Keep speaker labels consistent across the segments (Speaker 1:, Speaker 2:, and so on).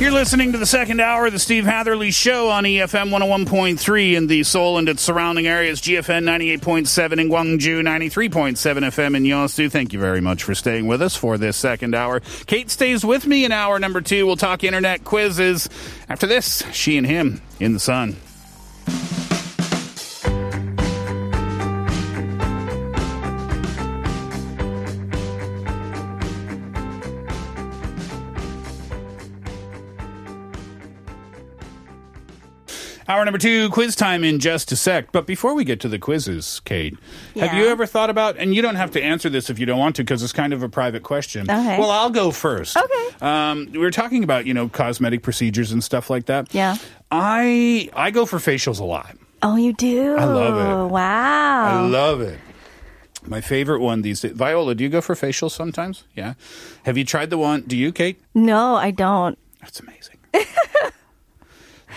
Speaker 1: You're listening to the second hour of the Steve Hatherley Show on E EFM 101.3 in the Seoul and its surrounding areas, GFN 98.7 in Gwangju, 93.7 FM in Yeosu. Thank you very much for staying with us for this second hour. Kate stays with me in hour number two. We'll talk internet quizzes. After this, she and him in the sun. Hour number two, quiz time in just a sec. But before we get to the quizzes, Kate, have you ever thought about, and you don't have to answer this if you don't want to because it's kind of a private question.
Speaker 2: Okay.
Speaker 1: Well, I'll go first.
Speaker 2: Okay.
Speaker 1: Um, we were talking about, you know, cosmetic procedures and stuff like that.
Speaker 2: Yeah.
Speaker 1: I I go for facials a lot.
Speaker 2: Oh, you do?
Speaker 1: I love it. I
Speaker 2: Wow.
Speaker 1: love it. My favorite one these days. Viola, do you go for facials sometimes? Yeah. Have you tried the one? Do you, Kate?
Speaker 3: No, I don't.
Speaker 1: That's amazing.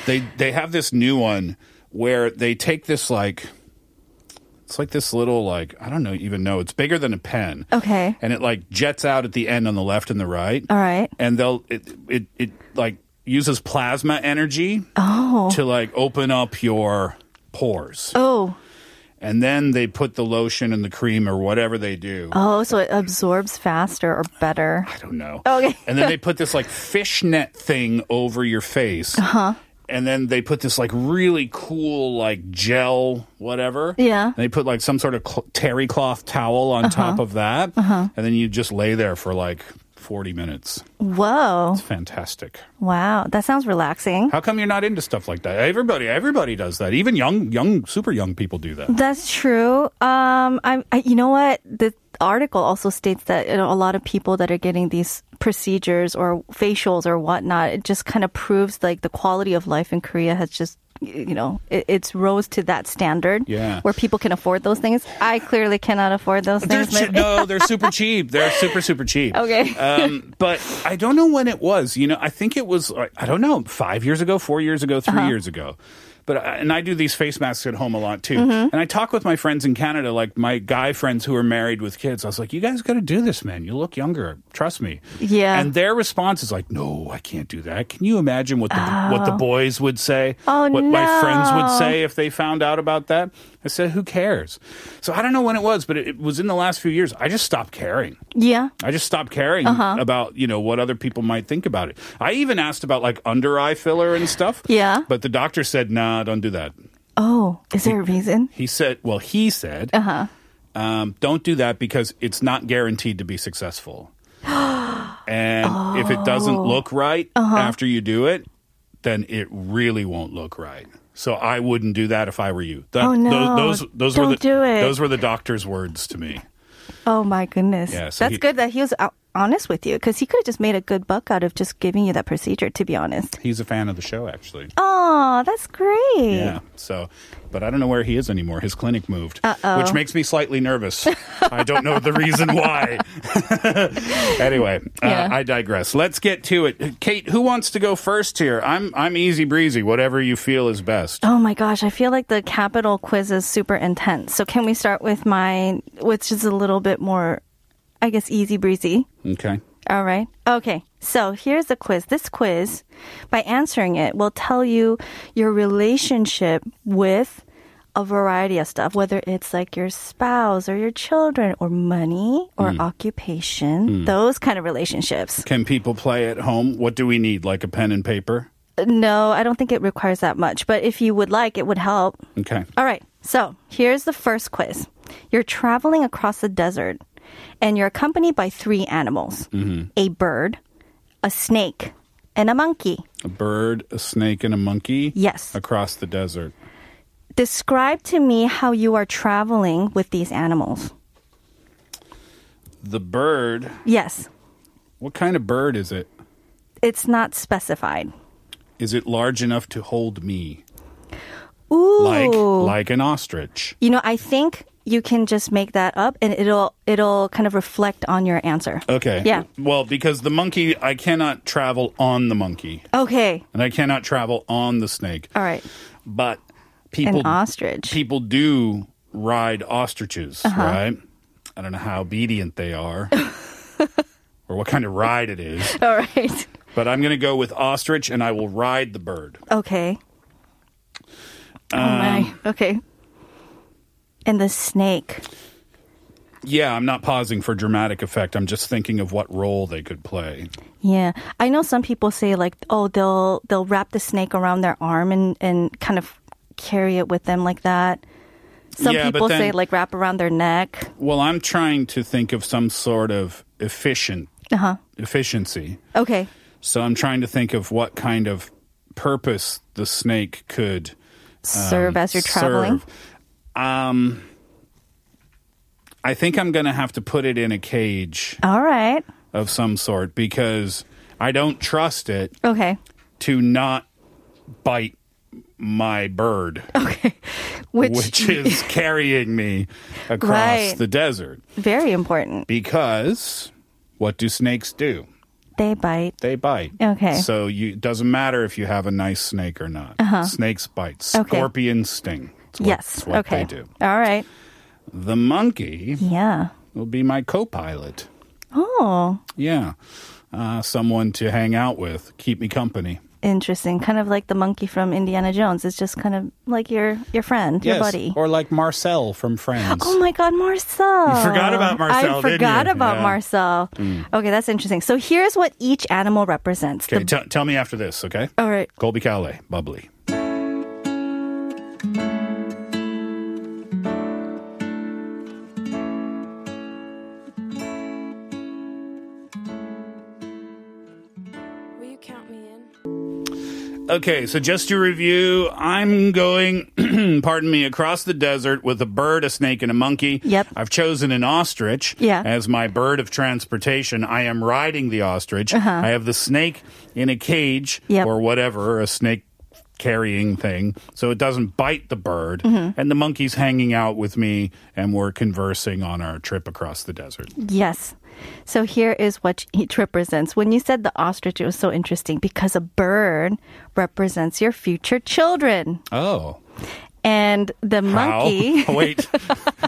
Speaker 1: they they have this new one where they take this like it's like this little like I don't know even know it's bigger than a pen.
Speaker 3: Okay.
Speaker 1: And it like jets out at the end on the left and the right.
Speaker 3: All right.
Speaker 1: And they'll it it, it like uses plasma energy oh. to like open up your pores.
Speaker 3: Oh,
Speaker 1: And then they put the lotion and the cream or whatever they do.
Speaker 3: oh, so it absorbs faster or better.
Speaker 1: I don't know.
Speaker 3: Okay.
Speaker 1: And then they put this like fishnet thing over your face. Uh-huh. And then they put this like really cool like gel whatever.
Speaker 3: Yeah.
Speaker 1: And they put like some sort of cl- terry cloth towel on top of that. Uh-huh. And then you just lay there for like 40 minutes.
Speaker 3: Whoa.
Speaker 1: Fantastic.
Speaker 3: Wow. That sounds relaxing.
Speaker 1: How come you're not into stuff like that? Everybody everybody does that. Even young young super young people do that.
Speaker 3: That's true. Um, I'm. I, you know what? The article also states that you know, a lot of people that are getting these procedures or facials or whatnot, it just kind of proves like the quality of life in Korea has just. You know, it, it's rose to that standard
Speaker 1: Yeah.
Speaker 3: where people can afford those things. I clearly cannot afford those
Speaker 1: They're chi-
Speaker 3: things.
Speaker 1: no, they're super cheap. They're super super cheap.
Speaker 3: Okay.
Speaker 1: um, but I don't know when it was. You know, I think it was like, I don't know five years ago, four years ago,
Speaker 3: Uh-huh.
Speaker 1: 3 years ago. But I, and I do these face masks at home a lot
Speaker 3: Mm-hmm.
Speaker 1: too. And I talk with my friends in Canada, like my guy friends who are married with kids. I was like, "You guys got to do this, man. You look younger. Trust me."
Speaker 3: Yeah.
Speaker 1: And their response is like, "No, I can't do that." Can you imagine what the what the boys would say?
Speaker 3: Oh,
Speaker 1: what my friends would
Speaker 3: no.
Speaker 1: say if they found out about that? I said, "Who cares?" So I don't know when it was, but it, it was in the last few years. I just stopped caring.
Speaker 3: yeah.
Speaker 1: I just stopped caring
Speaker 3: Uh-huh.
Speaker 1: about you know what other people might think about it. I even asked about like under eye filler and stuff.
Speaker 3: Yeah.
Speaker 1: But the doctor said, "Nah, don't do that."
Speaker 3: Oh, is there a reason?
Speaker 1: He said, "Well, he said,
Speaker 3: Uh-huh.
Speaker 1: um, don't do that because it's not guaranteed to be successful, and if it doesn't
Speaker 3: Oh.
Speaker 1: look right
Speaker 3: Uh-huh.
Speaker 1: after you do it, then it really won't look right." So I wouldn't do that if I were you. That-
Speaker 3: Oh, no.
Speaker 1: Those, those, those were the
Speaker 3: Don't do it.
Speaker 1: those were the doctor's words to me.
Speaker 3: Oh my goodness.
Speaker 1: Yeah, so he-
Speaker 3: That's good that he was out- honest with you because he could have just made a good buck out of just giving you that procedure, to be honest.
Speaker 1: He's a fan of the show, actually.
Speaker 3: Oh, that's great.
Speaker 1: Yeah. So, but I don't know where he is anymore. His clinic moved, which makes me slightly nervous. I don't know the reason why. anyway,
Speaker 2: Yeah.
Speaker 1: uh, I digress. Let's get to it. Kate, who wants to go first here? I'm I'm easy breezy. Whatever you feel is best.
Speaker 3: Oh my gosh, I feel like the capital quiz is super intense. So can we start with mine, which is a little bit more, I guess, easy breezy?
Speaker 1: Okay.
Speaker 3: All right. Okay. So here's the quiz. This quiz, by answering it, will tell you your relationship with a variety of stuff, whether it's like your spouse or your children or money or occupation, those kind of relationships.
Speaker 1: Can people play at home? What do we need? Like a pen and paper?
Speaker 3: No, I don't think it requires that much, but if you would like, it would help.
Speaker 1: Okay.
Speaker 3: All right. So here's the first quiz You're traveling across the desert, and you're accompanied by three animals
Speaker 1: Mhm.
Speaker 3: a bird, a snake, and a monkey.
Speaker 1: A bird, a snake, and a monkey.
Speaker 3: Yes.
Speaker 1: Across the desert.
Speaker 3: Describe to me how you are traveling with these animals.
Speaker 1: The bird.
Speaker 3: Yes,
Speaker 1: What kind of bird is it?
Speaker 3: it's not specified.
Speaker 1: Is it large enough to hold me?
Speaker 3: Ooh.
Speaker 1: Like like an ostrich.
Speaker 3: You know, I think you can just make that up and it'll it'll kind of reflect on your answer.
Speaker 1: Okay.
Speaker 3: Yeah.
Speaker 1: Well, because the monkey, I cannot travel on the monkey,
Speaker 3: Okay.
Speaker 1: and I cannot travel on the snake.
Speaker 3: All right.
Speaker 1: But people,
Speaker 3: An ostrich.
Speaker 1: People do ride ostriches,
Speaker 3: Uh-huh.
Speaker 1: right? I don't know how obedient they are, or what kind of ride it is.
Speaker 3: All right.
Speaker 1: But I'm going to go with ostrich, and I will ride the bird.
Speaker 3: Okay.
Speaker 1: Um,
Speaker 3: oh my. Okay. And the snake.
Speaker 1: Yeah, I'm not pausing for dramatic effect. I'm just thinking of what role they could play.
Speaker 3: Yeah. I know some people say like, oh, they'll they'll wrap the snake around their arm and and kind of carry it with them like that. Some
Speaker 1: Yeah, but
Speaker 3: people say
Speaker 1: then-
Speaker 3: like wrap around their neck.
Speaker 1: Well, I'm trying to think of some sort of efficient
Speaker 3: Uh-huh.
Speaker 1: efficiency.
Speaker 3: Okay.
Speaker 1: So I'm trying to think of what kind of purpose the snake could
Speaker 3: Serve as you're traveling?
Speaker 1: serve. Um, I think I'm going to have to put it in a cage
Speaker 3: All right.
Speaker 1: of some sort because I don't trust it
Speaker 3: Okay.
Speaker 1: to not bite my bird,
Speaker 3: Which,
Speaker 1: which is carrying me across
Speaker 3: Right.
Speaker 1: the desert.
Speaker 3: very important.
Speaker 1: Because what do snakes do?
Speaker 3: They bite.
Speaker 1: They bite.
Speaker 3: Okay.
Speaker 1: So you, it doesn't matter if you have a nice snake or not.
Speaker 3: Uh-huh.
Speaker 1: Snakes bite.
Speaker 3: Okay.
Speaker 1: Scorpions sting. It's what-
Speaker 3: yes.
Speaker 1: it's what
Speaker 3: okay.
Speaker 1: they do.
Speaker 3: All right.
Speaker 1: The monkey
Speaker 3: Yeah.
Speaker 1: will be my co pilot.
Speaker 3: Oh,
Speaker 1: Yeah. Uh, someone to hang out with, keep me company.
Speaker 3: interesting. Kind of like the monkey from Indiana Jones. It's just kind of like your your friend, your
Speaker 1: Yes,
Speaker 3: buddy.
Speaker 1: Or like Marcel from Friends.
Speaker 3: Oh my God, Marcel!
Speaker 1: You forgot about Marcel, didn't
Speaker 3: I forgot
Speaker 1: you?
Speaker 3: about
Speaker 1: Yeah.
Speaker 3: Marcel.
Speaker 1: Mm.
Speaker 3: Okay, that's interesting. So here's what each animal represents.
Speaker 1: Okay,
Speaker 3: The-
Speaker 1: t- tell me after this, okay?
Speaker 3: All right.
Speaker 1: Colby Calais, bubbly.
Speaker 4: Will you count me in?
Speaker 1: Okay, so just to review, I'm going, pardon me, across the desert with a bird, a snake, and a monkey. Yep. I've chosen an ostrich
Speaker 3: Yeah.
Speaker 1: as my bird of transportation. I am riding the ostrich.
Speaker 3: Uh-huh.
Speaker 1: I have the snake in a cage
Speaker 3: Yep.
Speaker 1: or whatever, a snake carrying thing, so it doesn't bite the bird.
Speaker 3: Mhm.
Speaker 1: And the monkey's hanging out with me, and we're conversing on our trip across the desert.
Speaker 3: Yes. So here is what each represents. When you said the ostrich, it was so interesting because a bird represents your future children,
Speaker 1: Oh.
Speaker 3: and the monkey.
Speaker 1: How? Oh, Wait,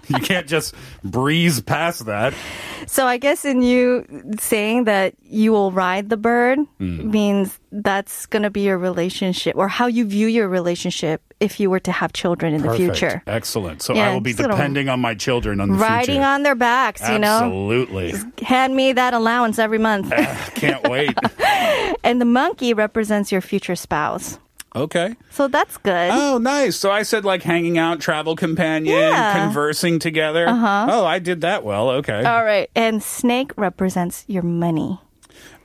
Speaker 1: you can't just breeze past that.
Speaker 3: So I guess in you saying that you will ride the bird
Speaker 1: Mm.
Speaker 3: means that's going to be your relationship or how you view your relationship if you were to have children in the
Speaker 1: Perfect.
Speaker 3: future.
Speaker 1: Excellent. So I
Speaker 3: Yeah,
Speaker 1: will be
Speaker 3: it's gonna-
Speaker 1: depending on my children on the
Speaker 3: Riding
Speaker 1: future.
Speaker 3: on their backs, you know?
Speaker 1: Absolutely.
Speaker 3: Hand me that allowance every month.
Speaker 1: Can't wait.
Speaker 3: and the monkey represents your future spouse.
Speaker 1: Okay.
Speaker 3: So that's good.
Speaker 1: Oh, nice. So I said like hanging out, travel companion,
Speaker 3: Yeah.
Speaker 1: conversing together.
Speaker 3: Uh-huh.
Speaker 1: Oh, I did that well. Okay.
Speaker 3: All right. And snake represents your money.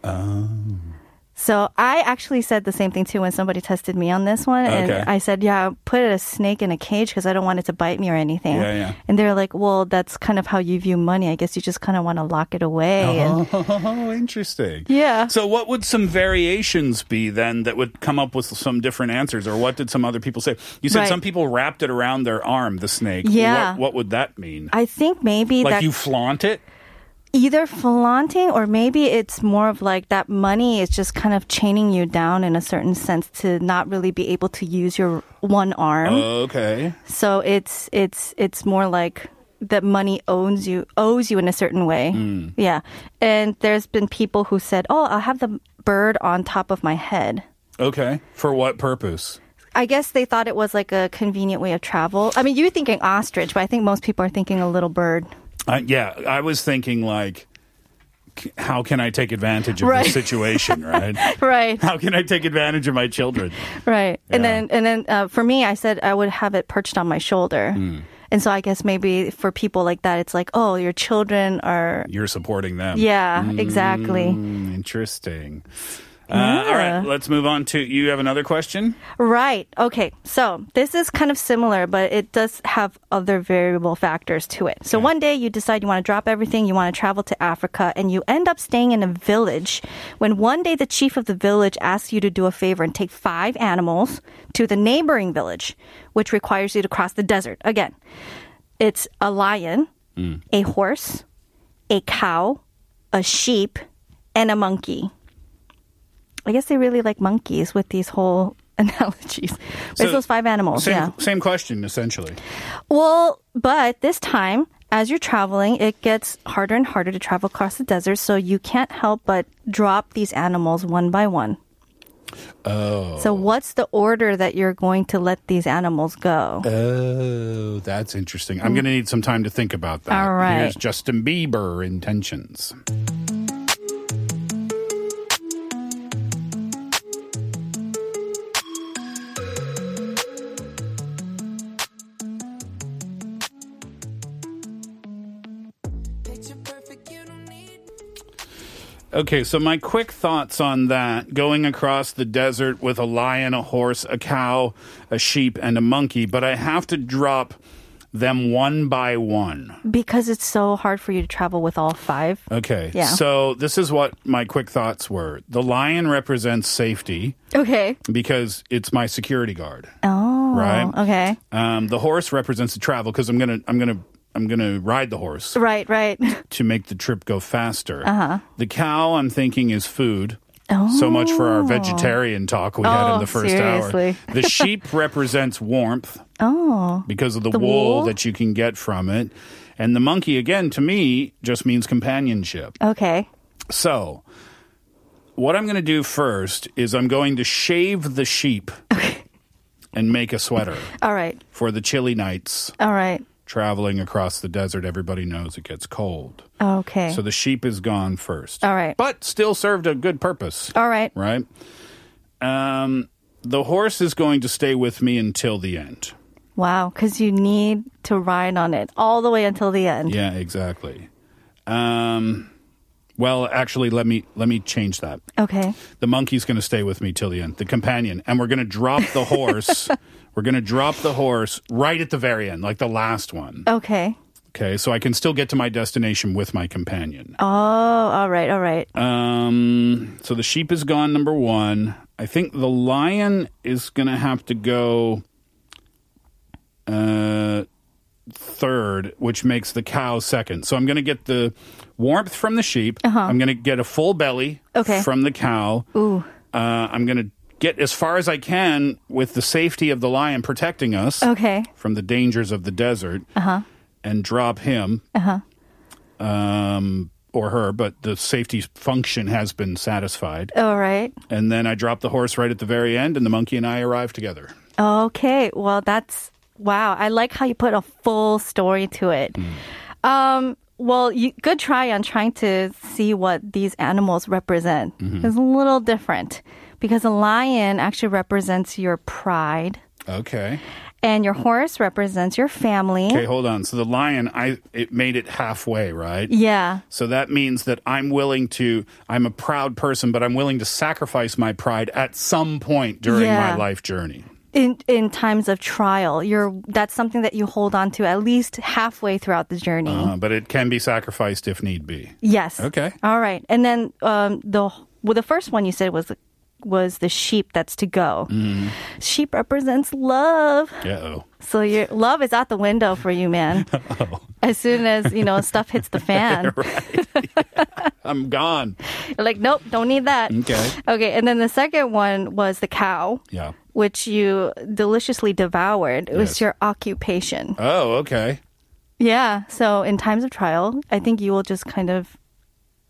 Speaker 1: Um,
Speaker 3: So I actually said the same thing too when somebody tested me on this one, and
Speaker 1: Okay.
Speaker 3: I said, "Yeah, put a snake in a cage because I don't want it to bite me or anything."
Speaker 1: Yeah, yeah.
Speaker 3: And they're like, "Well, that's kind of how you view money. I guess you just kind of want to lock it away." And
Speaker 1: oh, interesting.
Speaker 3: Yeah.
Speaker 1: So, what would some variations be then that would come up with some different answers, or what did some other people say? You said
Speaker 3: Right.
Speaker 1: some people wrapped it around their arm, the snake. What,
Speaker 3: Yeah.
Speaker 1: what would that mean?
Speaker 3: I think maybe
Speaker 1: like
Speaker 3: that
Speaker 1: you flaunt it?
Speaker 3: either flaunting or maybe it's more of like that money is just kind of chaining you down in a certain sense to not really be able to use your one arm.
Speaker 1: Uh. Okay.
Speaker 3: So it's it's it's more like that money owns you owes you in a certain way.
Speaker 1: Mm.
Speaker 3: Yeah. And there's been people who said, "Oh, I'll have the bird on top of my head."
Speaker 1: Okay. For what purpose?
Speaker 3: I guess they thought it was like a convenient way of travel. I mean, you're thinking ostrich, but I think most people are thinking a little bird.
Speaker 1: Uh, yeah, I was thinking like how can I take advantage of
Speaker 3: Right.
Speaker 1: this situation, right?
Speaker 3: right,
Speaker 1: How can I take advantage of my children?
Speaker 3: right. And then and then uh, for me, I said I would have it perched on my shoulder. And so I guess maybe for people like that, it's like, oh, your children are.
Speaker 1: You're supporting them.
Speaker 3: Yeah, exactly.
Speaker 1: Mm, interesting. Uh,
Speaker 3: Yeah.
Speaker 1: all right, let's move on to you have another question?
Speaker 3: Right. Okay. So this is kind of similar, but it does have other variable factors to it. So one day you decide you want to drop everything, you want to travel to Africa, and you end up staying in a village. When one day the chief of the village asks you to do a favor and take five animals to the neighboring village, which requires you to cross the desert. Again, it's a lion,
Speaker 1: Mm.
Speaker 3: a horse, a cow, a sheep, and a monkey. I guess they really like monkeys with these whole analogies. But it's
Speaker 1: So-
Speaker 3: those five animals,
Speaker 1: Same,
Speaker 3: yeah.
Speaker 1: same question, essentially.
Speaker 3: Well, but this time, as you're traveling, it gets harder and harder to travel across the desert, so you can't help but drop these animals one by one.
Speaker 1: Oh.
Speaker 3: So, what's the order that you're going to let these animals go?
Speaker 1: Oh, that's interesting. I'm going to need some time to think about that.
Speaker 3: Hmm. All right.
Speaker 1: Here's Justin Bieber intentions. Okay, so my quick thoughts on that going across the desert with a lion, a horse, a cow, a sheep, and a monkey, but I have to drop them one by one.
Speaker 3: Because it's so hard for you to travel with all five.
Speaker 1: Okay.
Speaker 3: Yeah.
Speaker 1: So this is what my quick thoughts were. The lion represents safety
Speaker 3: Okay.
Speaker 1: because it's my security guard.
Speaker 3: Oh.
Speaker 1: Right.
Speaker 3: Okay.
Speaker 1: Um, the horse represents the travel because I'm gonna I'm gonna I'm gonna ride the horse
Speaker 3: Right, right.
Speaker 1: to make the trip go faster.
Speaker 3: Uh-huh.
Speaker 1: The cow I'm thinking is food. So much for our vegetarian talk we had in
Speaker 3: Oh,
Speaker 1: the first
Speaker 3: seriously.
Speaker 1: hour. The sheep represents warmth
Speaker 3: Oh.
Speaker 1: because of the,
Speaker 3: The
Speaker 1: wool,
Speaker 3: wool?
Speaker 1: that you can get from it. And the monkey, again, to me, just means companionship.
Speaker 3: Okay.
Speaker 1: So, what I'm going to do first is I'm going to shave the sheep and make a sweater
Speaker 3: All right.
Speaker 1: for the chilly nights
Speaker 3: All right.
Speaker 1: traveling across the desert. Everybody knows it gets cold.
Speaker 3: Okay.
Speaker 1: So the sheep is gone first.
Speaker 3: All right.
Speaker 1: But still served a good purpose.
Speaker 3: All right.
Speaker 1: Right? Um, the horse is going to stay with me until the end.
Speaker 3: Wow, because you need to ride on it all the way until the end.
Speaker 1: Yeah, exactly. Um, well, actually, let me let me change that.
Speaker 3: Okay.
Speaker 1: The monkey's going to stay with me till the end, the companion, and we're going to drop the horse. we're going to drop the horse right at the very end, like the last one.
Speaker 3: Okay.
Speaker 1: Okay, so I can still get to my destination with my companion.
Speaker 3: Oh, all right, all right.
Speaker 1: Uh, Um, so the sheep is gone, number one. I think the lion is going to have to go uh, third, which makes the cow second. So I'm going to get the warmth from the sheep. I'm going to get a full belly
Speaker 3: Uh-huh. Okay.
Speaker 1: from the cow.
Speaker 3: Ooh.
Speaker 1: Uh, I'm going to get as far as I can with the safety of the lion protecting us
Speaker 3: Okay.
Speaker 1: from the dangers of the desert
Speaker 3: Uh huh.
Speaker 1: and drop him
Speaker 3: Uh huh.
Speaker 1: um, or her, but the safety function has been satisfied.
Speaker 3: All right.
Speaker 1: And then I drop the horse right at the very end, and the monkey and I arrive together.
Speaker 3: Okay. Well, that's wow. I like how you put a full story to it. Um, well, you, good try on trying to see what these animals represent. It's a little different because a lion actually represents your pride,
Speaker 1: Okay.
Speaker 3: and your horse represents your family.
Speaker 1: Okay, hold on. So the lion, I it made it halfway, right?
Speaker 3: Yeah.
Speaker 1: So that means that I'm willing to. I'm a proud person, but I'm willing to sacrifice my pride at some point during my
Speaker 3: Yeah.
Speaker 1: life journey.
Speaker 3: in in times of trial you're that's something that you hold on to at least halfway throughout the journey
Speaker 1: Uh, but it can be sacrificed if need be.
Speaker 3: yes
Speaker 1: Okay.
Speaker 3: all right and then um the well the first one you said was was the sheep that's to go
Speaker 1: Mm.
Speaker 3: sheep represents love
Speaker 1: Uh oh.
Speaker 3: so your love is out the window for you man as soon as you know stuff hits the fan
Speaker 1: I'm gone.
Speaker 3: you're like nope don't need that
Speaker 1: Okay.
Speaker 3: okay and then the second one was the cow
Speaker 1: Yeah.
Speaker 3: which you deliciously devoured it
Speaker 1: Yes.
Speaker 3: was your occupation
Speaker 1: Oh, okay.
Speaker 3: Yeah. So in times of trial, I think you will just kind of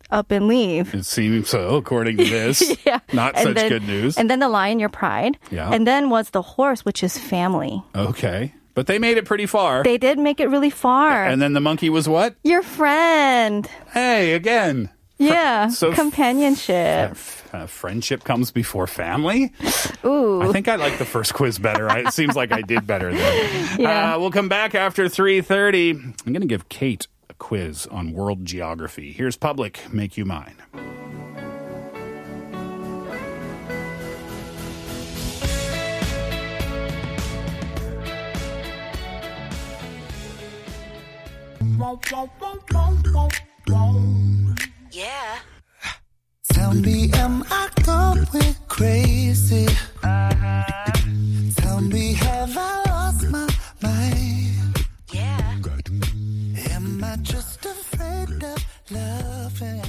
Speaker 3: up and leave.
Speaker 1: It seems so, according to this.
Speaker 3: yeah.
Speaker 1: Not
Speaker 3: And
Speaker 1: such
Speaker 3: then-
Speaker 1: good news.
Speaker 3: And then the lion, your pride.
Speaker 1: Yeah.
Speaker 3: And then was the horse, which is family.
Speaker 1: Okay. But they made it pretty far.
Speaker 3: They did make it really far.
Speaker 1: and then the monkey was what?
Speaker 3: your friend.
Speaker 1: Hey, again.
Speaker 3: Yeah.
Speaker 1: So-
Speaker 3: companionship.
Speaker 1: Uh, friendship comes before family.
Speaker 3: Ooh.
Speaker 1: I think I like the first quiz better. I, it seems like I did better there.
Speaker 3: Yeah.
Speaker 1: Uh, we'll come back after 3.30. I'm going to give Kate a quiz on world geography. Here's Public, Make You Mine.
Speaker 5: Yeah. Tell me, am I going crazy? Tell me, have I lost my mind? Yeah. Am I just afraid of loving?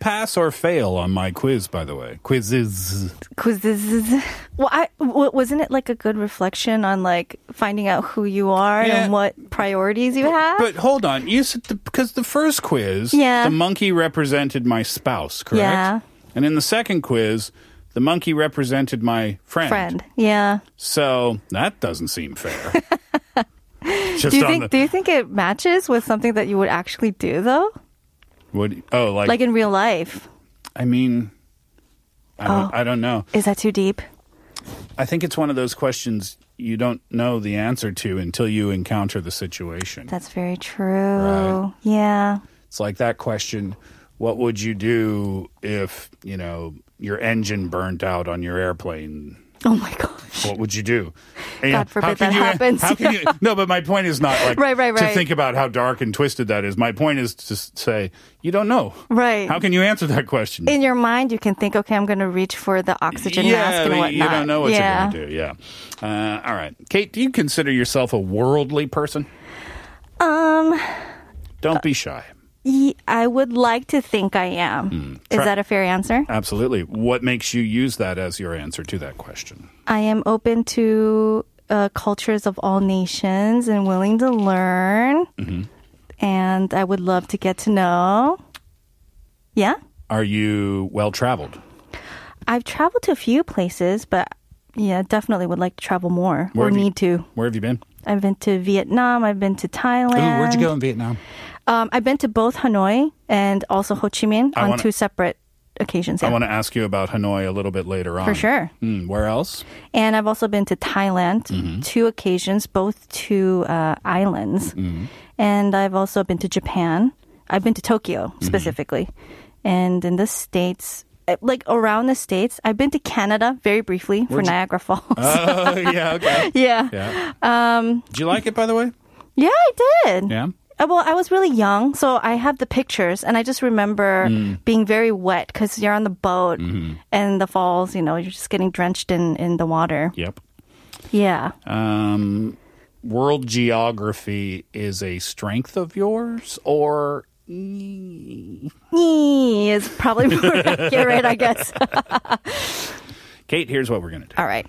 Speaker 1: Pass or fail on my quiz, by the way. Quizzes.
Speaker 3: Quizzes. Well, I w- wasn't it like a good reflection on like finding out who you are
Speaker 1: Yeah.
Speaker 3: and what priorities you have?
Speaker 1: But hold on, you said the, because the first quiz,
Speaker 3: Ah. Yeah.
Speaker 1: the monkey represented my spouse, correct?
Speaker 3: Yeah.
Speaker 1: And in the second quiz, the monkey represented my friend.
Speaker 3: Friend. Yeah.
Speaker 1: So that doesn't seem fair. Just
Speaker 3: do you
Speaker 1: on
Speaker 3: think
Speaker 1: the
Speaker 3: do you think it matches with something that you would actually do though?
Speaker 1: what? Oh, like,
Speaker 3: Like, in real life.
Speaker 1: I mean, I don't,
Speaker 3: Oh.
Speaker 1: I don't know.
Speaker 3: Is that too deep?
Speaker 1: I think it's one of those questions you don't know the answer to until you encounter the situation.
Speaker 3: That's very true.
Speaker 1: Right.
Speaker 3: Yeah.
Speaker 1: It's like that question what would you do if, you know, your engine burnt out on your airplane?
Speaker 3: Oh my gosh.
Speaker 1: What would you do?
Speaker 3: God forbid
Speaker 1: can
Speaker 3: that
Speaker 1: you-
Speaker 3: happens.
Speaker 1: How can you, no, but my point is not like
Speaker 3: Right, right,
Speaker 1: to
Speaker 3: right.
Speaker 1: think about how dark and twisted that is. My point is to s- say, you don't know.
Speaker 3: Right.
Speaker 1: How can you answer that question?
Speaker 3: in your mind you can think, okay, I'm gonna reach for the oxygen mask and
Speaker 1: but
Speaker 3: whatnot.
Speaker 1: you don't know what you're
Speaker 3: yeah.
Speaker 1: going to do. Yeah. Uh, all right. Kate, do you consider yourself a worldly person?
Speaker 3: Um
Speaker 1: Don't be shy.
Speaker 3: ye- I would like to think I am. Is
Speaker 1: Hmm. Try-
Speaker 3: that a fair answer?
Speaker 1: Absolutely. What makes you use that as your answer to that question?
Speaker 3: I am open to uh, cultures of all nations and willing to learn.
Speaker 1: Mm-hmm.
Speaker 3: And I would love to get to know. Yeah.
Speaker 1: Are you well traveled?
Speaker 3: I've traveled to a few places, but yeah, definitely would like to travel more
Speaker 1: Where
Speaker 3: or
Speaker 1: have you-
Speaker 3: need to.
Speaker 1: Where have you been?
Speaker 3: I've been to Vietnam, I've been to
Speaker 1: Ooh,
Speaker 3: Thailand.
Speaker 1: where'd you go in Vietnam?
Speaker 3: Um, I've been to both Hanoi and also Ho Chi Minh
Speaker 1: I
Speaker 3: on
Speaker 1: wanna-
Speaker 3: two separate occasions.
Speaker 1: I
Speaker 3: yeah.
Speaker 1: want to ask you about Hanoi a little bit later on.
Speaker 3: sure.
Speaker 1: Hmm, where else?
Speaker 3: And I've also been to Thailand
Speaker 1: Mm-hmm.
Speaker 3: two occasions, both to uh, islands.
Speaker 1: Mm-hmm.
Speaker 3: And I've also been to Japan. I've been to Tokyo
Speaker 1: Mm-hmm.
Speaker 3: specifically. And in the States, eh, like around the States, I've been to Canada very briefly for
Speaker 1: Where'd you-
Speaker 3: Niagara Falls.
Speaker 1: Oh, yeah, okay.
Speaker 3: yeah.
Speaker 1: Yeah.
Speaker 3: Um,
Speaker 1: Did you like it, by the way?
Speaker 3: yeah, I did.
Speaker 1: Yeah.
Speaker 3: Uh, Well, I was really young, so I have the pictures, and I just remember being very wet because you're on the boat and the falls, you know, you're just getting drenched in, in the water. Uh.
Speaker 1: Yep.
Speaker 3: Yeah.
Speaker 1: Um, world geography is a strength of yours, or
Speaker 3: Nee is probably more accurate, I guess.
Speaker 1: Kate? Here's what we're gonna do.
Speaker 3: All right.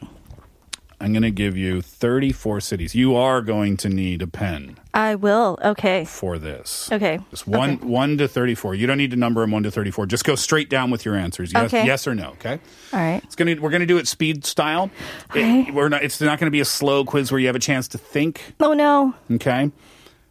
Speaker 1: I'm gonna give you 34 cities. You are going to need a pen
Speaker 3: I will. Okay.
Speaker 1: for this.
Speaker 3: Okay.
Speaker 1: Just one one to 34. You don't need to number them one to 34. Just go straight down with your answers. Yes,
Speaker 3: Okay.
Speaker 1: yes or no. Okay.
Speaker 3: All right.
Speaker 1: It's gonna we're gonna do it speed style. It- we're not. It's not gonna be a slow quiz where you have a chance to think.
Speaker 3: Oh, no.
Speaker 1: Okay.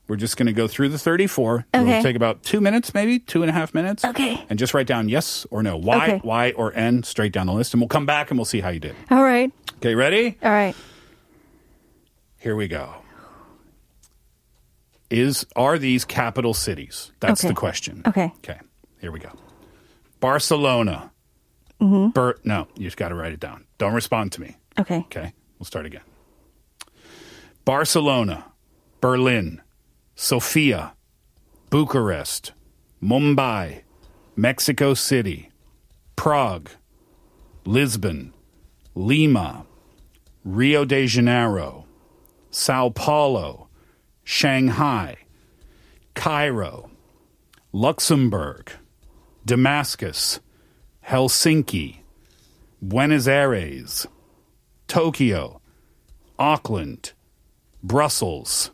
Speaker 1: We're just going to go through the 34.
Speaker 3: Okay.
Speaker 1: It'll take about two minutes, maybe two and a half minutes.
Speaker 3: Okay.
Speaker 1: And just write down yes or no, Y,
Speaker 3: Okay.
Speaker 1: Y, or N, straight down the list. And we'll come back and we'll see how you did.
Speaker 3: All right.
Speaker 1: Okay, ready?
Speaker 3: All right.
Speaker 1: Here we go. Is Are these capital cities? That's
Speaker 3: Okay.
Speaker 1: the question.
Speaker 3: Okay.
Speaker 1: Okay, here we go. Barcelona.
Speaker 3: Mhm.
Speaker 1: Bert, no, you just got to write it down. Don't respond to me.
Speaker 3: Okay.
Speaker 1: Okay, we'll start again. Barcelona, Berlin, Sofia, Bucharest, Mumbai, Mexico City, Prague, Lisbon, Lima, Rio de Janeiro, Sao Paulo, Shanghai, Cairo, Luxembourg, Damascus, Helsinki, Buenos Aires, Tokyo, Auckland, Brussels,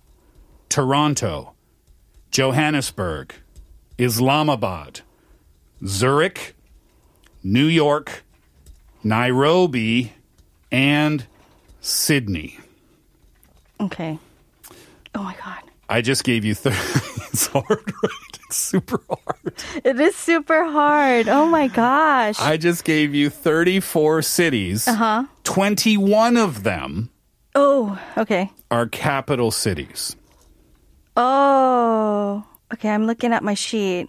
Speaker 1: Toronto, Johannesburg, Islamabad, Zurich, New York, Nairobi, and Sydney.
Speaker 3: Okay. Oh, my God.
Speaker 1: I just gave you thir-
Speaker 6: It's hard, right? It's super hard.
Speaker 3: It is super hard. Oh my gosh.
Speaker 1: I just gave you 34 cities.
Speaker 3: Uh-huh.
Speaker 1: 21 of them
Speaker 3: Oh, okay.
Speaker 1: are capital cities.
Speaker 3: Oh, okay. I'm looking at my sheet.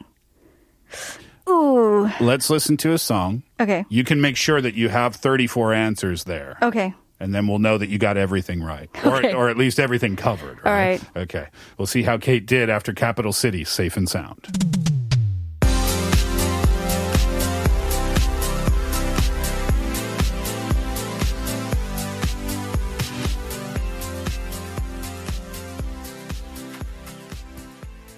Speaker 3: Ooh.
Speaker 1: Let's listen to a song.
Speaker 3: Okay.
Speaker 1: You can make sure that you have 34 answers there.
Speaker 3: Okay.
Speaker 1: And then we'll know that you got everything right, or,
Speaker 3: Okay.
Speaker 1: or at least everything covered.
Speaker 3: All right.
Speaker 1: Okay. We'll see how Kate did after Capital City, safe and sound.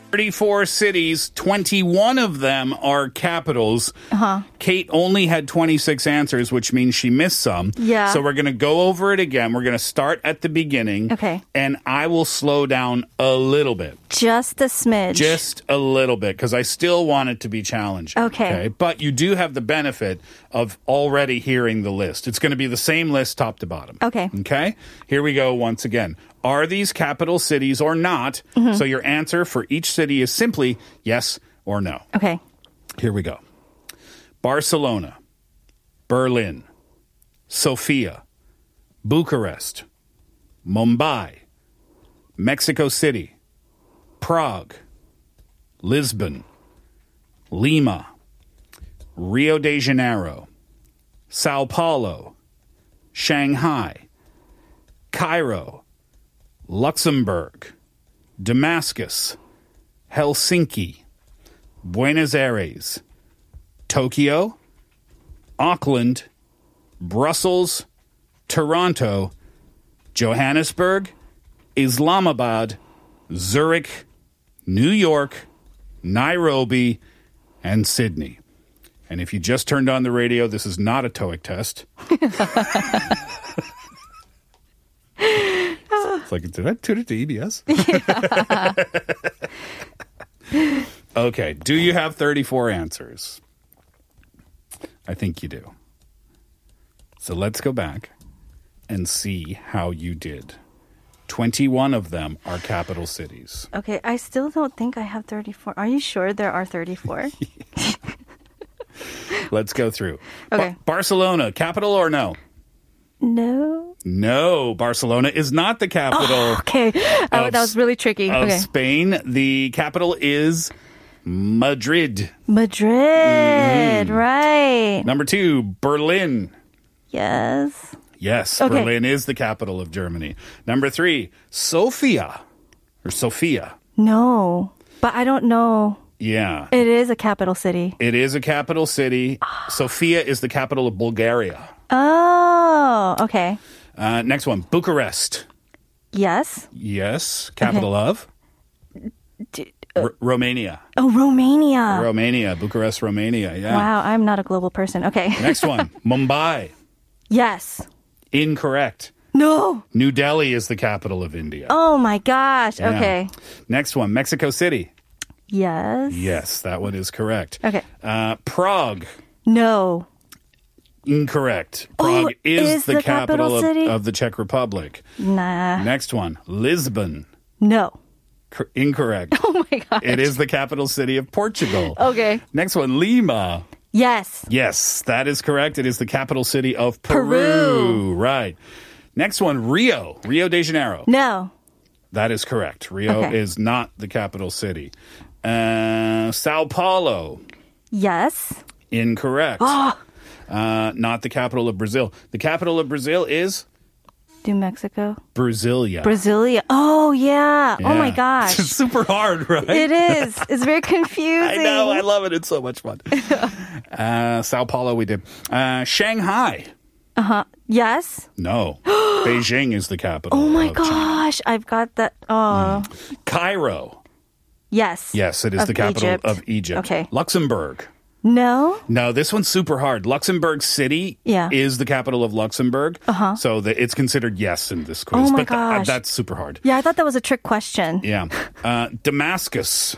Speaker 1: Thirty-four cities, twenty-one of them are capitals.
Speaker 3: Uh-huh.
Speaker 1: Kate only had 26 answers, which means she missed some.
Speaker 3: Yeah.
Speaker 1: So we're going to go over it again. We're going to start at the beginning.
Speaker 3: Okay.
Speaker 1: And I will slow down a little bit.
Speaker 3: Just a smidge.
Speaker 1: Just a little bit because I still want it to be challenging.
Speaker 3: Okay.
Speaker 1: But you do have the benefit of already hearing the list. It's going to be the same list top to bottom.
Speaker 3: Okay.
Speaker 1: Okay. Here we go once again. Are these capital cities or not?
Speaker 3: Mhm.
Speaker 1: So your answer for each city is simply yes or no.
Speaker 3: Okay.
Speaker 1: Here we go Barcelona, Berlin, Sofia, Bucharest, Mumbai, Mexico City, Prague, Lisbon, Lima, Rio de Janeiro, Sao Paulo, Shanghai, Cairo, Luxembourg, Damascus, Helsinki, Buenos Aires, Tokyo, Auckland, Brussels, Toronto, Johannesburg, Islamabad, Zurich, New York, Nairobi, and Sydney. And if you just turned on the radio, this is not a TOEIC test. it's like, did I tune it to E EBS? Okay. Do you have 34 answers? I think you do. So let's go back and see how you did. 21 of them are capital cities.
Speaker 3: Okay. I still don't think I have 34. Are you sure there are 34?
Speaker 1: Let's go through.
Speaker 3: Okay.
Speaker 1: Ba- Barcelona, capital or no?
Speaker 3: no.
Speaker 1: No, Barcelona is not the capital.
Speaker 3: Okay. Oh,
Speaker 1: Of
Speaker 3: that was really tricky.
Speaker 1: Of
Speaker 3: Okay.
Speaker 1: Spain, the capital is Madrid.
Speaker 3: Madrid. Right.
Speaker 1: Number two, Berlin.
Speaker 3: Yes.
Speaker 1: Yes,
Speaker 3: Okay.
Speaker 1: Berlin is the capital of Germany. Number three, Sofia or Sofia.
Speaker 3: No. But I don't know.
Speaker 1: Yeah.
Speaker 3: It is a capital city.
Speaker 1: It is a capital city. Sofia is the capital of Bulgaria.
Speaker 3: Oh, okay.
Speaker 1: Uh, next one, Bucharest.
Speaker 3: Yes.
Speaker 1: Yes, capital of R- Romania.
Speaker 3: Oh, Romania.
Speaker 1: Romania, Bucharest, Romania. Yeah.
Speaker 3: Wow, I'm not a global person. Okay.
Speaker 1: Next one, Mumbai.
Speaker 3: yes.
Speaker 1: Incorrect.
Speaker 3: No.
Speaker 1: New Delhi is the capital of India.
Speaker 3: Oh my gosh.
Speaker 1: Yeah.
Speaker 3: Okay.
Speaker 1: Next one, Mexico City.
Speaker 3: Yes.
Speaker 1: Yes, that one is correct.
Speaker 3: Okay.
Speaker 1: Uh, Prague.
Speaker 3: No.
Speaker 1: Incorrect.
Speaker 3: Oh,
Speaker 1: Prague is,
Speaker 3: is
Speaker 1: the,
Speaker 3: the
Speaker 1: capital,
Speaker 3: capital
Speaker 1: of,
Speaker 3: city?
Speaker 1: of the Czech Republic.
Speaker 3: Nah.
Speaker 1: Next one, Lisbon.
Speaker 3: No.
Speaker 1: Cor- incorrect.
Speaker 3: Oh my gosh.
Speaker 1: It is the capital city of Portugal.
Speaker 3: Okay.
Speaker 1: Next one, Lima.
Speaker 3: Yes.
Speaker 1: Yes, that is correct. It is the capital city of Peru.
Speaker 3: Peru.
Speaker 1: Right. Next one, Rio. Rio de Janeiro.
Speaker 3: No.
Speaker 1: That is correct. Rio
Speaker 3: Okay.
Speaker 1: is not the capital city. Uh, Sao Paulo.
Speaker 3: Yes.
Speaker 1: Incorrect.
Speaker 3: Ah.
Speaker 1: Uh, not the capital of Brazil. The capital of Brazil is
Speaker 3: Do Mexico?
Speaker 1: Brasilia.
Speaker 3: Brasilia. Oh yeah. Oh my
Speaker 1: Yeah.
Speaker 3: gosh.
Speaker 1: It's super hard, right?
Speaker 3: It is. It's very
Speaker 1: I
Speaker 3: confusing.
Speaker 1: know. I love it. It's so much fun. uh, Sao Paulo, we did. Uh, Shanghai.
Speaker 3: Uh huh. Yes.
Speaker 1: No. Beijing is the capital.
Speaker 3: Oh my
Speaker 1: of China.
Speaker 3: gosh. I've got that. Oh.
Speaker 1: Mm. Cairo.
Speaker 3: Yes.
Speaker 1: Yes, it is
Speaker 3: Of
Speaker 1: the capital
Speaker 3: Egypt.
Speaker 1: of Egypt.
Speaker 3: Okay.
Speaker 1: Luxembourg.
Speaker 3: No.
Speaker 1: No, this one's super hard. Luxembourg City
Speaker 3: Yeah.
Speaker 1: is the capital of Luxembourg.
Speaker 3: Uh-huh.
Speaker 1: So the, it's considered yes in this quiz.
Speaker 3: Oh my
Speaker 1: but th- uh,
Speaker 3: gosh.
Speaker 1: that's super hard.
Speaker 3: Yeah, I thought that was a trick question.
Speaker 1: Yeah. Uh, Damascus.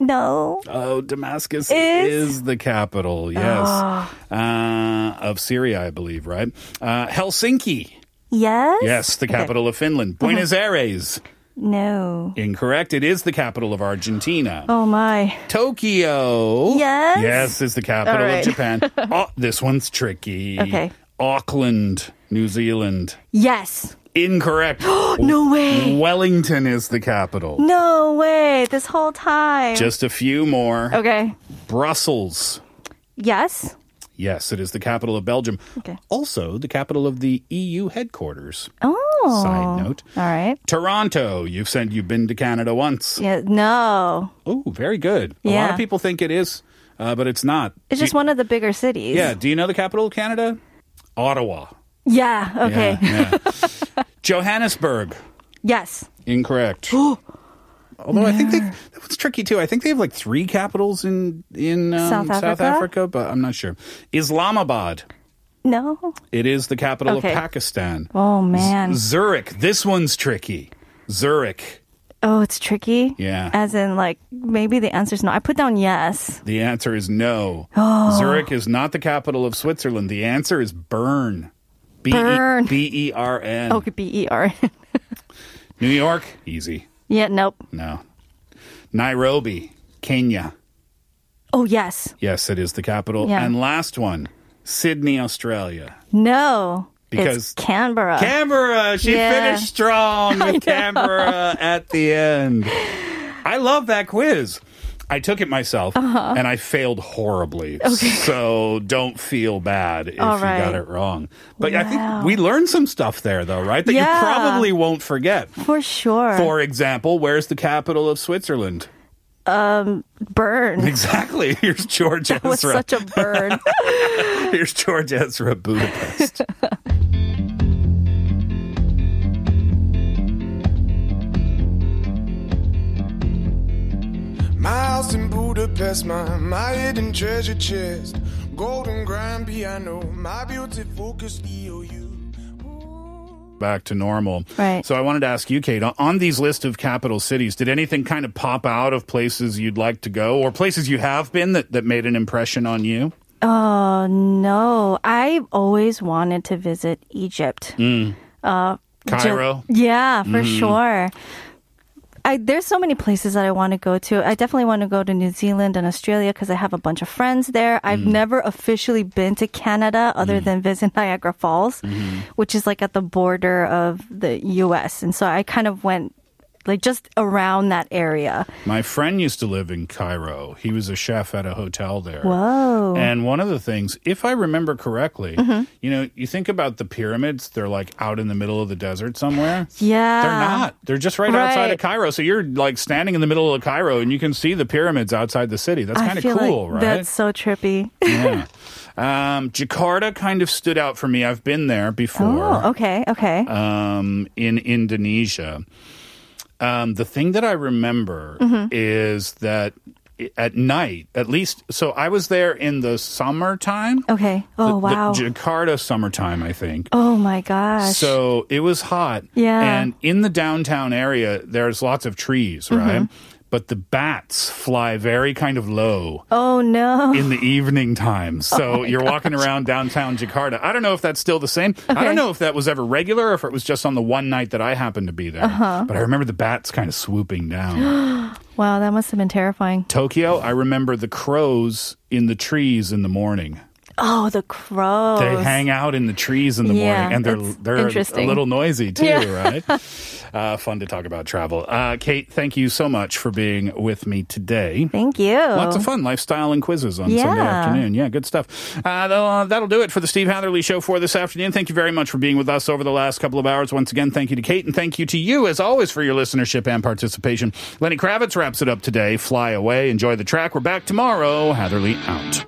Speaker 3: No.
Speaker 1: Oh, Damascus
Speaker 3: Is-
Speaker 1: is, the capital, yes.
Speaker 3: Ah.
Speaker 1: Uh, of Syria, I believe, right? Uh, Helsinki.
Speaker 3: Yes.
Speaker 1: Yes, the
Speaker 3: Okay. Uh-huh.
Speaker 1: capital of Finland. Buenos Aires.
Speaker 3: No.
Speaker 1: Incorrect. It is the capital of Argentina.
Speaker 3: Oh my.
Speaker 1: Tokyo.
Speaker 3: Yes.
Speaker 1: Yes, is the capital
Speaker 3: All right.
Speaker 1: of Japan. oh, this one's tricky.
Speaker 3: Okay.
Speaker 1: Auckland, New Zealand.
Speaker 3: Yes.
Speaker 1: Incorrect.
Speaker 3: No way.
Speaker 1: Wellington is the capital.
Speaker 3: No way. This whole time.
Speaker 1: Just a few more.
Speaker 3: Okay.
Speaker 1: Brussels.
Speaker 3: Yes.
Speaker 1: Yes, it is the capital of Belgium.
Speaker 3: Okay.
Speaker 1: Also, the capital of the EU headquarters.
Speaker 3: Oh.
Speaker 1: Side note.
Speaker 3: All right.
Speaker 1: Toronto. You've said you've been to Canada once.
Speaker 3: Yeah. No.
Speaker 1: Oh, very good. A lot
Speaker 3: Yeah.
Speaker 1: of people think it is, uh, but it's not.
Speaker 3: It's
Speaker 1: Do
Speaker 3: just one of the bigger cities.
Speaker 1: you, Yeah. Do you know the capital of Canada? Ottawa.
Speaker 3: Yeah. Okay.
Speaker 1: Yeah, yeah. Johannesburg.
Speaker 3: Yes.
Speaker 1: Incorrect. Although I think they, that was tricky too. I think they have like three capitals in in um,
Speaker 3: South Africa?
Speaker 1: Africa, but I'm not sure. Islamabad.
Speaker 3: No.
Speaker 1: It is the capital
Speaker 3: Okay.
Speaker 1: of Pakistan.
Speaker 3: Oh man.
Speaker 1: Zurich. This one's tricky. Zurich.
Speaker 3: oh, it's tricky.
Speaker 1: Yeah.
Speaker 3: As in, like maybe the answer's no. I put down yes.
Speaker 1: The answer is no.
Speaker 3: Oh.
Speaker 1: Zurich is not the capital of Switzerland. The answer is Bern. B E-
Speaker 3: Bern.
Speaker 1: B E R N.
Speaker 3: Okay. B E R.
Speaker 1: New York, easy.
Speaker 3: Yeah. Nope.
Speaker 1: No. Nairobi, Kenya.
Speaker 3: Oh yes.
Speaker 1: Yes, it is the capital.
Speaker 3: Yeah.
Speaker 1: And last one, Sydney, Australia.
Speaker 3: No.
Speaker 1: Because-
Speaker 3: it's Canberra.
Speaker 1: Canberra, she
Speaker 3: Yeah.
Speaker 1: finished strong
Speaker 3: I know.
Speaker 1: with Canberra at the end. I love that quiz. I took it myself
Speaker 3: Uh-huh.
Speaker 1: and I failed horribly.
Speaker 3: Okay.
Speaker 1: So don't feel bad if
Speaker 3: All
Speaker 1: you got
Speaker 3: right.
Speaker 1: it wrong. But I
Speaker 3: Wow.
Speaker 1: think we learned some stuff there, though, right? That you
Speaker 3: Yeah.
Speaker 1: probably won't forget.
Speaker 3: For sure.
Speaker 1: For example, where's the capital of Switzerland?
Speaker 3: um burn.
Speaker 1: Exactly. Here's George
Speaker 3: That was
Speaker 1: Ezra.
Speaker 3: such a burn.
Speaker 1: Here's George Ezra Budapest.
Speaker 5: My house in Budapest, my, my hidden treasure chest. Golden grand piano, my beauty focused EOU.
Speaker 1: Back to normal.
Speaker 5: Right.
Speaker 1: So I wanted to ask you, Kate, on- on these list of capital cities, did anything kind of pop out of places you'd like to go or places you have been that, that made an impression on you?
Speaker 3: Oh no! I always wanted to visit Egypt.
Speaker 1: Mm.
Speaker 3: Uh, Ju-
Speaker 1: Cairo?
Speaker 3: yeah, for
Speaker 1: Mm.
Speaker 3: sure. I, there's so many places that I want to go to. I definitely want to go to New Zealand and Australia because I have a bunch of friends there. I've
Speaker 1: Mm.
Speaker 3: never officially been to Canada other than visit Niagara Falls,
Speaker 1: Mm-hmm.
Speaker 3: which is like at the border of the U.S. And so I kind of went like just around that area.
Speaker 1: My friend used to live in Cairo. He was a chef at a hotel there.
Speaker 3: Whoa!
Speaker 1: And one of the things, if I remember correctly,
Speaker 3: Mhm.
Speaker 1: you know, you think about the pyramids, they're like out in the middle of the desert somewhere.
Speaker 3: yeah,
Speaker 1: They're not. They're just right, outside of
Speaker 3: Right.
Speaker 1: Cairo. So you're like standing in the middle of Cairo and you can see the pyramids outside the city. That's
Speaker 3: I
Speaker 1: kind of
Speaker 3: feel like
Speaker 1: cool, right?
Speaker 3: That's so trippy.
Speaker 1: yeah. Um, Jakarta kind of stood out for me. I've been there before
Speaker 3: Oh, okay, okay.
Speaker 1: um, in Indonesia. Um, the thing that I remember
Speaker 3: Mhm.
Speaker 1: is that i- at night, at least, so I was there in the summertime.
Speaker 3: Okay.
Speaker 1: Uh, the,
Speaker 3: Oh, wow.
Speaker 1: The Jakarta summertime, I think.
Speaker 3: oh, my gosh.
Speaker 1: So it was hot.
Speaker 3: Yeah.
Speaker 1: And in the downtown area, there's lots of trees,
Speaker 3: Mm-hmm.
Speaker 1: right? But the bats fly very kind of low
Speaker 3: oh, no.
Speaker 1: in the evening time. So
Speaker 3: Oh my
Speaker 1: you're walking around downtown Jakarta. I don't know if that's still the same. I don't
Speaker 3: Okay.
Speaker 1: know if that was ever regular or if it was just on the one night that I happened to be there.
Speaker 3: Uh-huh.
Speaker 1: But I remember the bats kind of swooping down.
Speaker 3: wow, that must have been terrifying.
Speaker 1: Tokyo, I remember the crows in the trees in the morning.
Speaker 3: Oh, the crows.
Speaker 1: They hang out in the trees in the morning,
Speaker 3: Yeah,
Speaker 1: and they're
Speaker 3: that's
Speaker 1: they're a
Speaker 3: interesting.
Speaker 1: little noisy too,
Speaker 3: Yeah.
Speaker 1: right? Uh, fun to talk about travel. Uh, Kate, thank you so much for being with me today.
Speaker 3: Thank you.
Speaker 1: Lots of fun lifestyle and quizzes on Sunday
Speaker 3: Yeah.
Speaker 1: afternoon. Yeah, good stuff. Uh, that'll, uh, that'll do it for the Steve Hatherley Show for this afternoon. Thank you very much for being with us over the last couple of hours. Once again, thank you to Kate and thank you to you, as always, for your listenership and participation. Lenny Kravitz wraps it up today. Fly away. Enjoy the track. We're back tomorrow. Hatherley out.